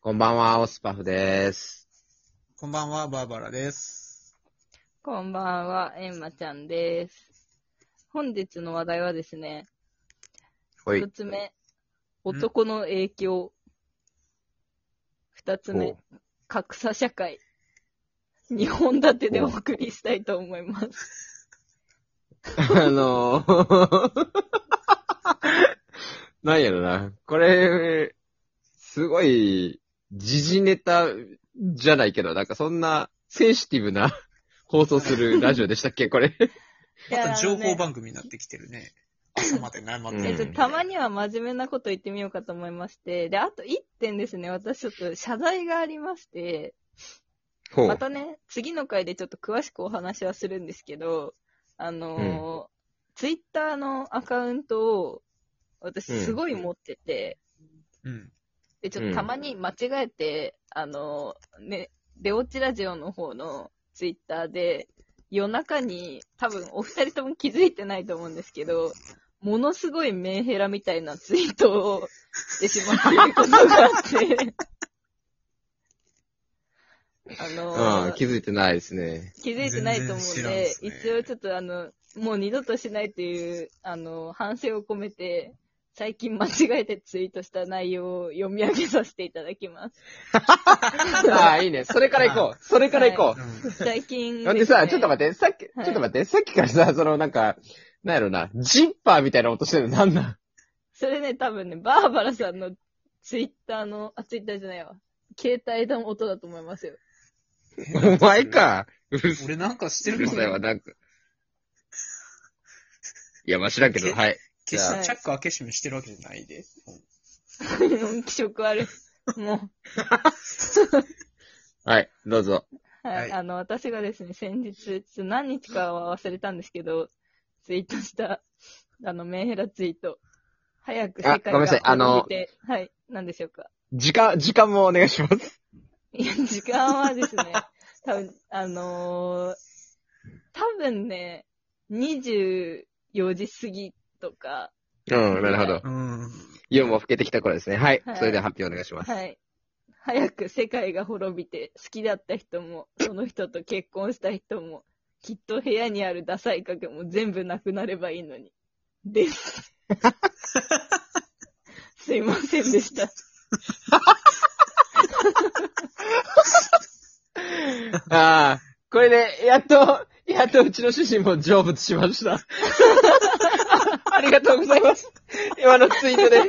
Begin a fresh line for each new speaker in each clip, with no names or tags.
こんばんは、オスパフです。
こんばんは、バーバラです。
こんばんは、エンマちゃんです。本日の話題はですね、
ほい
一。つ目、男の影響。二つ目
ほ、
格差社会。二本立てでお送りしたいと思います。
あのー、 なんやろな。これ、すごい、時事ネタじゃないけど、なんかそんなセンシティブな放送するラジオでしたっけこれ。
いや
また情報
あ
番組になってきてるね。朝までな、ま
う
の
ん
ねえ
で
っと、たまには真面目なこと言ってみようかと思いまして、で、あと一点ですね、私ちょっと謝罪がありまして、
ほ
またね、次の回でちょっと詳しくお話はするんですけど、あのーツイッターのアカウントを私
うん
すごい持ってて、
うん。
で、ちょっとたまに間違えて、あのーね、出落ちラジオの方のツイッターで、夜中に多分お二人とも気づいてないと思うんですけど、ものすごいメンヘラみたいなツイートをしてしまっていることがあ って、あの
う
ー
ん、気づいてないですね。
気づいてないと思うん
全然知
で、
らんですね
一応ちょっとあの、もう二度としないという、あの、反省を込めて、最近間違えてツイートした内容を読み上げさせていただきます。
ああ、いいね。それから行こう。それから行こう。
う
最近、
ほんでさ、ちょっと
っ
待
て。
って、さっき、ちょ
はい
っと待って、さっきからさ、そのなんか、なんやろな、ジッパーみたいな音してるのなんなん
それね、多分ね、バーバラさんのツイッターの、あ、ツイッターじゃないわ。携帯の音だと思いますよ。
ん
お前。か。うる
俺なんかして
う
る
る
か
さい
な
わ、なんか。いや、まあ、知らんけど、
け
はい。
決し
は
て
い
チャック開け閉めしてるわけじゃないで。
気色悪い。もう。
はい、どうぞ。
はい、
はい
あの、私がですね、先日、ちょっと何日かは忘れたんですけど、ツイートした、あの、メンヘラツイート。早く世界
あごめんなさいあの
滅びて、はい、何でしょうか。
時間、時間もお願いします。
いや、時間はですね、 多分あのー多分ね、24時過ぎとか、
うん、なるほど。
うん。
夜も更けてきた頃ですね。はい。
はい
それでは発表お願いします。
はい。早く世界が滅びて、好きだった人も、その人と結婚した人も、きっと部屋にあるダサい影も全部なくなればいいのに。です。 すいませんでした。
ああ、これで、やっと、やっとうちの主人も成仏しました。 ありがとうございます。今のツイートで、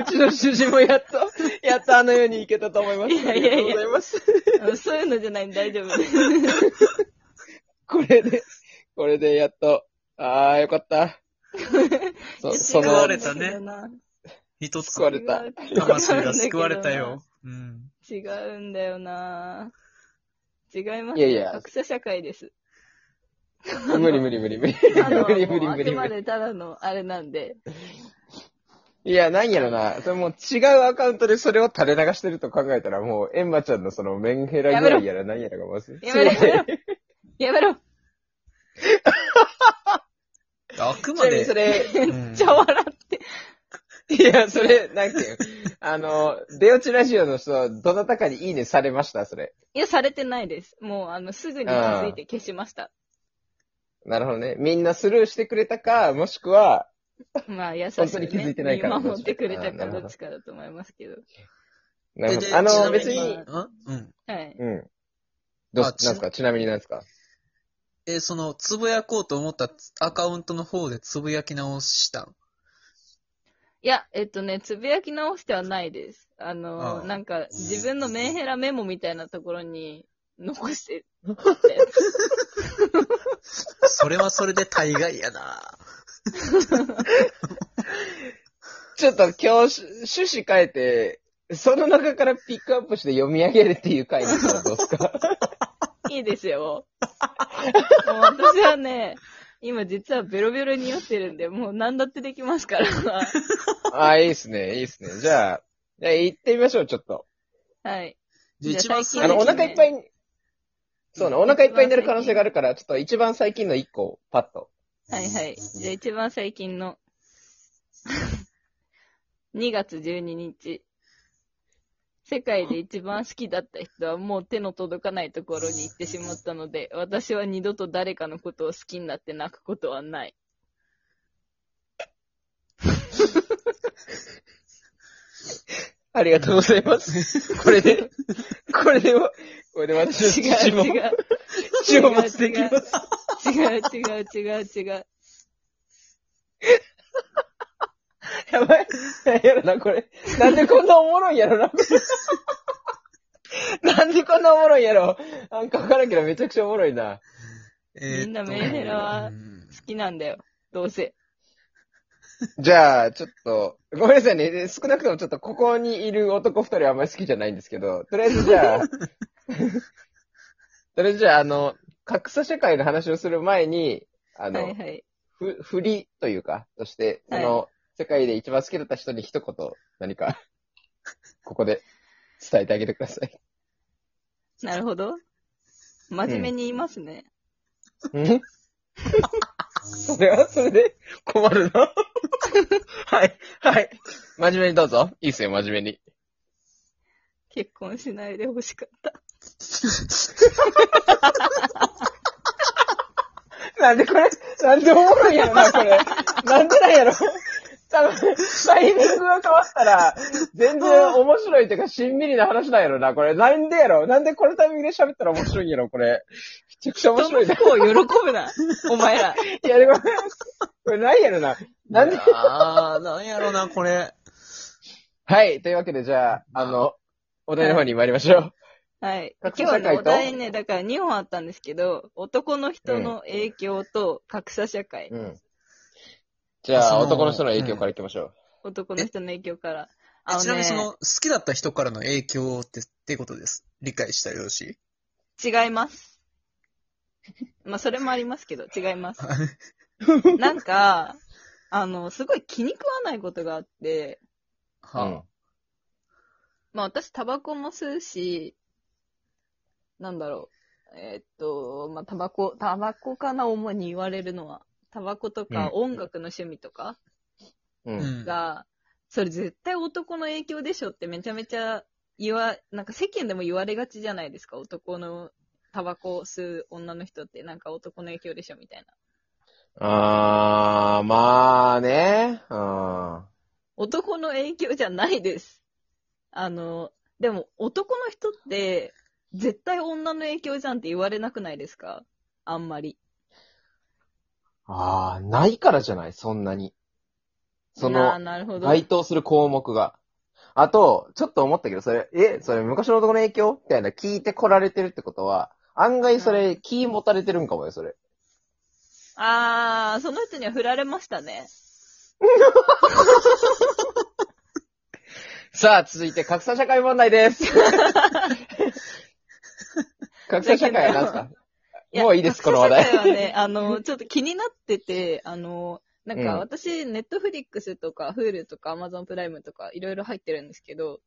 うちの主人もやっと、やっとあの世に行けたと思います。
いやいや
ありが
いや
とうございます。
あのそういうのじゃないんで大丈夫です。
これで、これでやっと、ああ、よか った。そそ
救わ
の
れ、たね一つ
救われた。
魂が救われたよ。。うん。
違うんだよな違います。
いやいや
格差社会です。
無理無理無理無理。
あの
無理無理無
もうあく
理無
ま
理。
でただのあれなんで。
いや、なんやろな。それもう違うアカウントでそれを垂れ流してると考えたら、もう、エンマちゃんのそのメンヘラぐらいやら何やらがまずい。
やめろ、や めろ。やめろ。
あく
ち
ま
なみに
で
そ、れ、
めっちゃ笑っ て。
いや、それ、なんていう。あの、出落ちラジオの人、どなたかにいいねされました、それ。
いや、されてないです。もう、あの、すぐに気づいて消しました。
なるほどね。みんなスルーしてくれたか、もしくは、
まあ、優し
本当に気づいてないから
見守ってくれたか
ど
ど
っ
っ
ち
ちかだと思いますけど。
なるほ
で
ど。
で
あ
ち
の、
なみに
別に、
うん。
はい。
うん。どう
あ
す、
ち
なんすかちなみになんすか
え、その、つぶやこうと思ったアカウントの方でつぶやき直したの
いや、えっとね、つぶやき直してはないです。あの、
ああ
なんか、自分のメンヘラメモみたいなところに残してたやつ
それはそれで大概やな
ちょっと今日、趣旨変えて、その中からピックアップして読み上げるっていう回にしたらどうですか
いいですよ。もう私はね、今実はベロベロに酔ってるんで、もう何だってできます から。
ああ、いいっすね、いいっすね。じゃあ、じゃあ行ってみましょう、ちょっと。
はい。
で
じゃあ
一番
最
あ
近
の、お腹いっぱいに、そうね、お腹いっぱいになる可能性があるから、ちょっと一番最近の一個をパッと。
はいはい。じゃあ一番最近の。2月12日。世界で一番好きだった人はもう手の届かないところに行ってしまったので、私は二度と誰かのことを好きになって泣くことはない。
ありがとうござい ます。これで、これでも、これで私の
違う
父も、
違う。
父も持つできます。
違う違う違う違う。
やばい。やろな、これ。なんでこんなおもろいんやろ な。なんでこんなおもろいんやろ。なんかわからんけどめちゃくちゃおもろいな。
えーっと
みんなメンヘラは
うん
好きなんだよ。どうせ。
じゃあ、ちょっと、ごめんなさいね。少なくともちょっとここにいる男二人はあんまり好きじゃないんですけど、とりあえずじ ゃあ、とりあえずじゃあ、あの、格差社会の話をする前に、あ
は
の、
いはい。
ふ、振りというか、として、そ
はい
の、世界で一番好きだった人に一言、何か、ここで伝えてあげてください。
なるほど。真面目に言いますね。
んそれはそれで困る な。はい、はい。真面目にどうぞ。いいっすよ、真面目に。
結婚しないでほしかった。
なんでこれ、なんでおもろいんやろな、これ。なんでなんやろ。多分、タイミングが変わったら、全然面白いというか、しんみりな話なんやろな、これ。なんでやろなんでこのタイミングで喋ったら面白いんやろ、これ。めちゃくちゃ面白
人の
いな。
不幸を喜ぶな。お前 ら。
いや、でも、これなんやろな。なんで
ああ、なんやろな、これ。
はい、というわけで、じゃあ、あの、お題の方に参りましょう。
はい。今
格
日
差
は
社
ね、
会と
お題ね、だから2本あったんですけど、男の人の影響と格差社会。
うん。じゃあ、
その
男の人の影響からいきましょう。
男の人の影響から。
えちなみにそ
ね
の、好きだった人からの影響って、ってことです。理解したらよろし い
違います。まあ、それもありますけど、違 います。なんか、あの、すごい気に食わないことがあって、
う
は
ん
まあ私、タバコも吸うし、なんだろう。えーっと、まあタバコ、タバコかな、主に言われるのは。タバコとか音楽の趣味とか
う
あ。
ん。
が、それ絶対男の影響でしょってめちゃめちゃ言わ、なんか世間でも言われがちじゃないですか。男のタバコ吸う女の人ってなんか男の影響でしょみたいな。
あー、まあね。うん。
男の影響じゃないです。あの、でも男の人って、絶対女の影響じゃんって言われなくないですかあんまり。
あー、ないからじゃないそんなに。そ
なあ
の、
なるほど。
該当する項目が。あと、ちょっと思ったけど、それ、え、それ昔の男の影響みたいな聞いてこられてるってことは、案外それ、気持たれてるんかもよ、それ。
あー、その人には振られましたね。
さあ、続いて、格差社会問題です。 格差社会は何ですかもういいです、この話題。
格差社会は ね、あの、ちょっと気になってて、あの、なん
う
か
ん
私、ネットフリックスとか、フールとか、アマゾンプライムとか、いろいろ入ってるんですけど、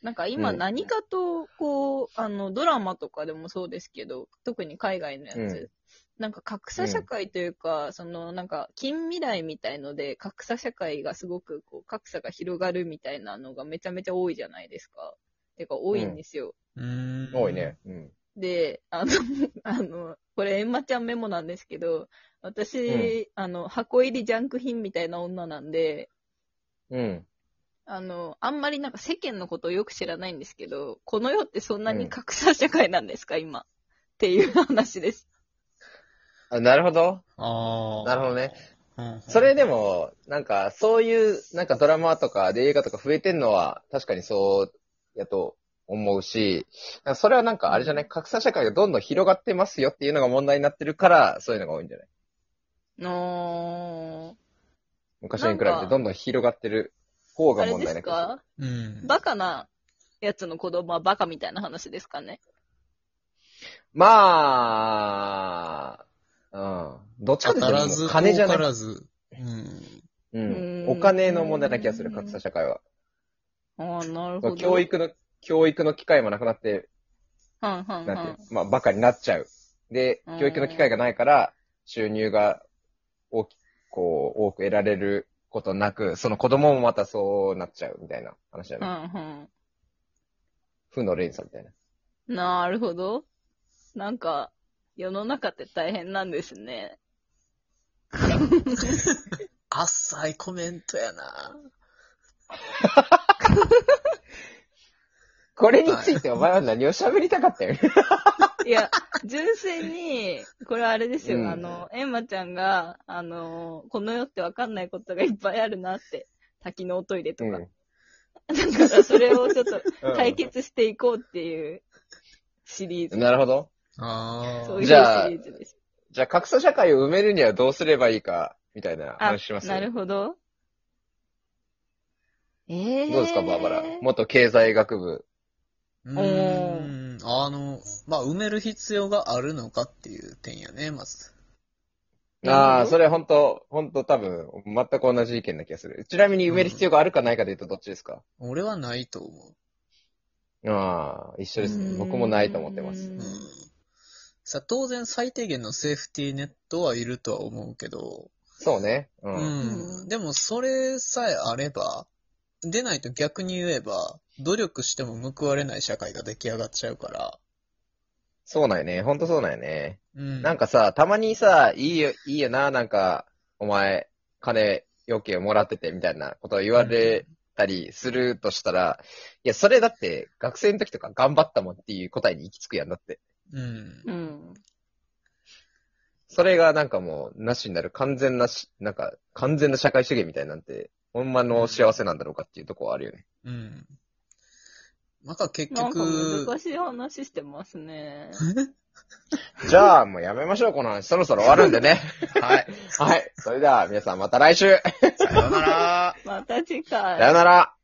なんか今
うん
何かと、こう、あの、ドラマとかでもそうですけど、特に海外のやつ、
うん
なんか格差社会というか、そのなんか近未来みたいので、格差社会がすごくこう、格差が広がるみたいなのがめちゃめちゃ多いじゃないですか。てか多いんですよ。
うーん。
多いね。うん。
で、あの、 あの、これ、エンマちゃんメモなんですけど、私、
う
あの、箱入りジャンク品みたいな女なんで、
うん。
あの、あんまりなんか世間のことをよく知らないんですけど、この世ってそんなに格差社会なんですか、今。っていう話です。
あなるほど。
ああ。
なるほどね。
うんうん。
それでも、なんか、そういう、なんかドラマとかで映画とか増えてんのは、確かにそう、やと思うし、なんかそれはなんか、あれじゃない格差社会がどんどん広がってますよっていうのが問題になってるから、そういうのが多いんじゃない
の
昔に比べ
なん
て
か
どんどん広がってる方
ー、あ
が
れ
問
で
題な
す
気がする
か
うん。
バカなやつの子供はバカみたいな話ですかね。
まあ、うん。どっちか
当
という
たら
と、
ず、
金じゃな
遠
い。
からず。うん。
う。
うんん
お金の問題な気がする、格差社会は。
ああ、なるほど。
教。育の、教育の機会もなくなって、
はんはんは
なんてい
ん
う。、まあ、バカになっちゃう。で
うん、
教育の機会がないから、収入が大き、こう、多く得られることなく、その子供もまたそうなっちゃうみたいな話だ
う
ね。
んうん。
負の連鎖みたいな。
なるほど。なんか、世の中って大変なんですね。
浅いコメントやな
これについてお前は何を喋りたかったよ。
いや、純粋に、これあれですよ、
うん
あの、エンマちゃんが、あの、この世ってわかんないことがいっぱいあるなって、多機能トイレと
う
か。
ん。
だからそれをちょっと解決していこうっていうシリーズ。
なるほど。
あ
そ
ー
ういうシ
じ
リ
ゃあ
ーズです。
じゃあ格差社会を埋めるにはどうすればいいか、みたいな
あ
話します
なるほど。ええー。
どうですか、バーバラ。元経済学部。
うーん。あの、まあ、埋める必要があるのかっていう点やね、まず。
ああ、そ
れ。
れ本当本当多分、全く同じ意見な気がする。ちなみに埋める必要があるかないかで言うとどっちですか、
俺はないと思
ああ、一緒です
う
ね。
ん
僕もないと思ってます。
う。う
うん
ん。さあ、当然最低限のセーフティーネットはいるとは思うけど、
そうね。う。
うんん。
うん
でも、それさえあれば、出ないと逆に言えば、努力しても報われない社会が出来上がっちゃうから、
そうなんよね。本当そうなんよね。
うん。
なんかさ、たまにさ、いいよ、いいよな、なんか、お前、金、余計もらってて、みたいなことを言われたりするとしたら、いや、それだって、学生の時とか頑張ったもんっていう答えに行き着くやんだって。
うん。
うん。
それがなんかもう、なしになる完全なし、なんか、完全な社会主義みたいなんて、ほんまの幸せなんだろうかっていうとこはあるよね。
うん。なんか結
なんか
局、
難しい話してますね。
じゃあ、もうやめましょう、この話。そろそろ終わるんでね。
はい。
はい。それでは、皆さんまた来週。さ
さようなら。
また次回。
よなら。